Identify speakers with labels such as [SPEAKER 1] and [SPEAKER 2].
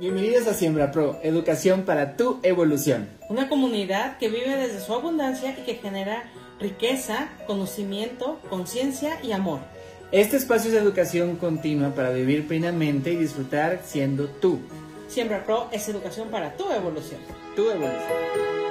[SPEAKER 1] Bienvenidos a Siembra Pro, educación para tu evolución.
[SPEAKER 2] Una comunidad que vive desde su abundancia y que genera riqueza, conocimiento, conciencia y amor.
[SPEAKER 1] Este espacio es educación continua para vivir plenamente y disfrutar siendo tú,
[SPEAKER 2] Siembra Pro es educación para tu evolución.
[SPEAKER 1] tu evolución.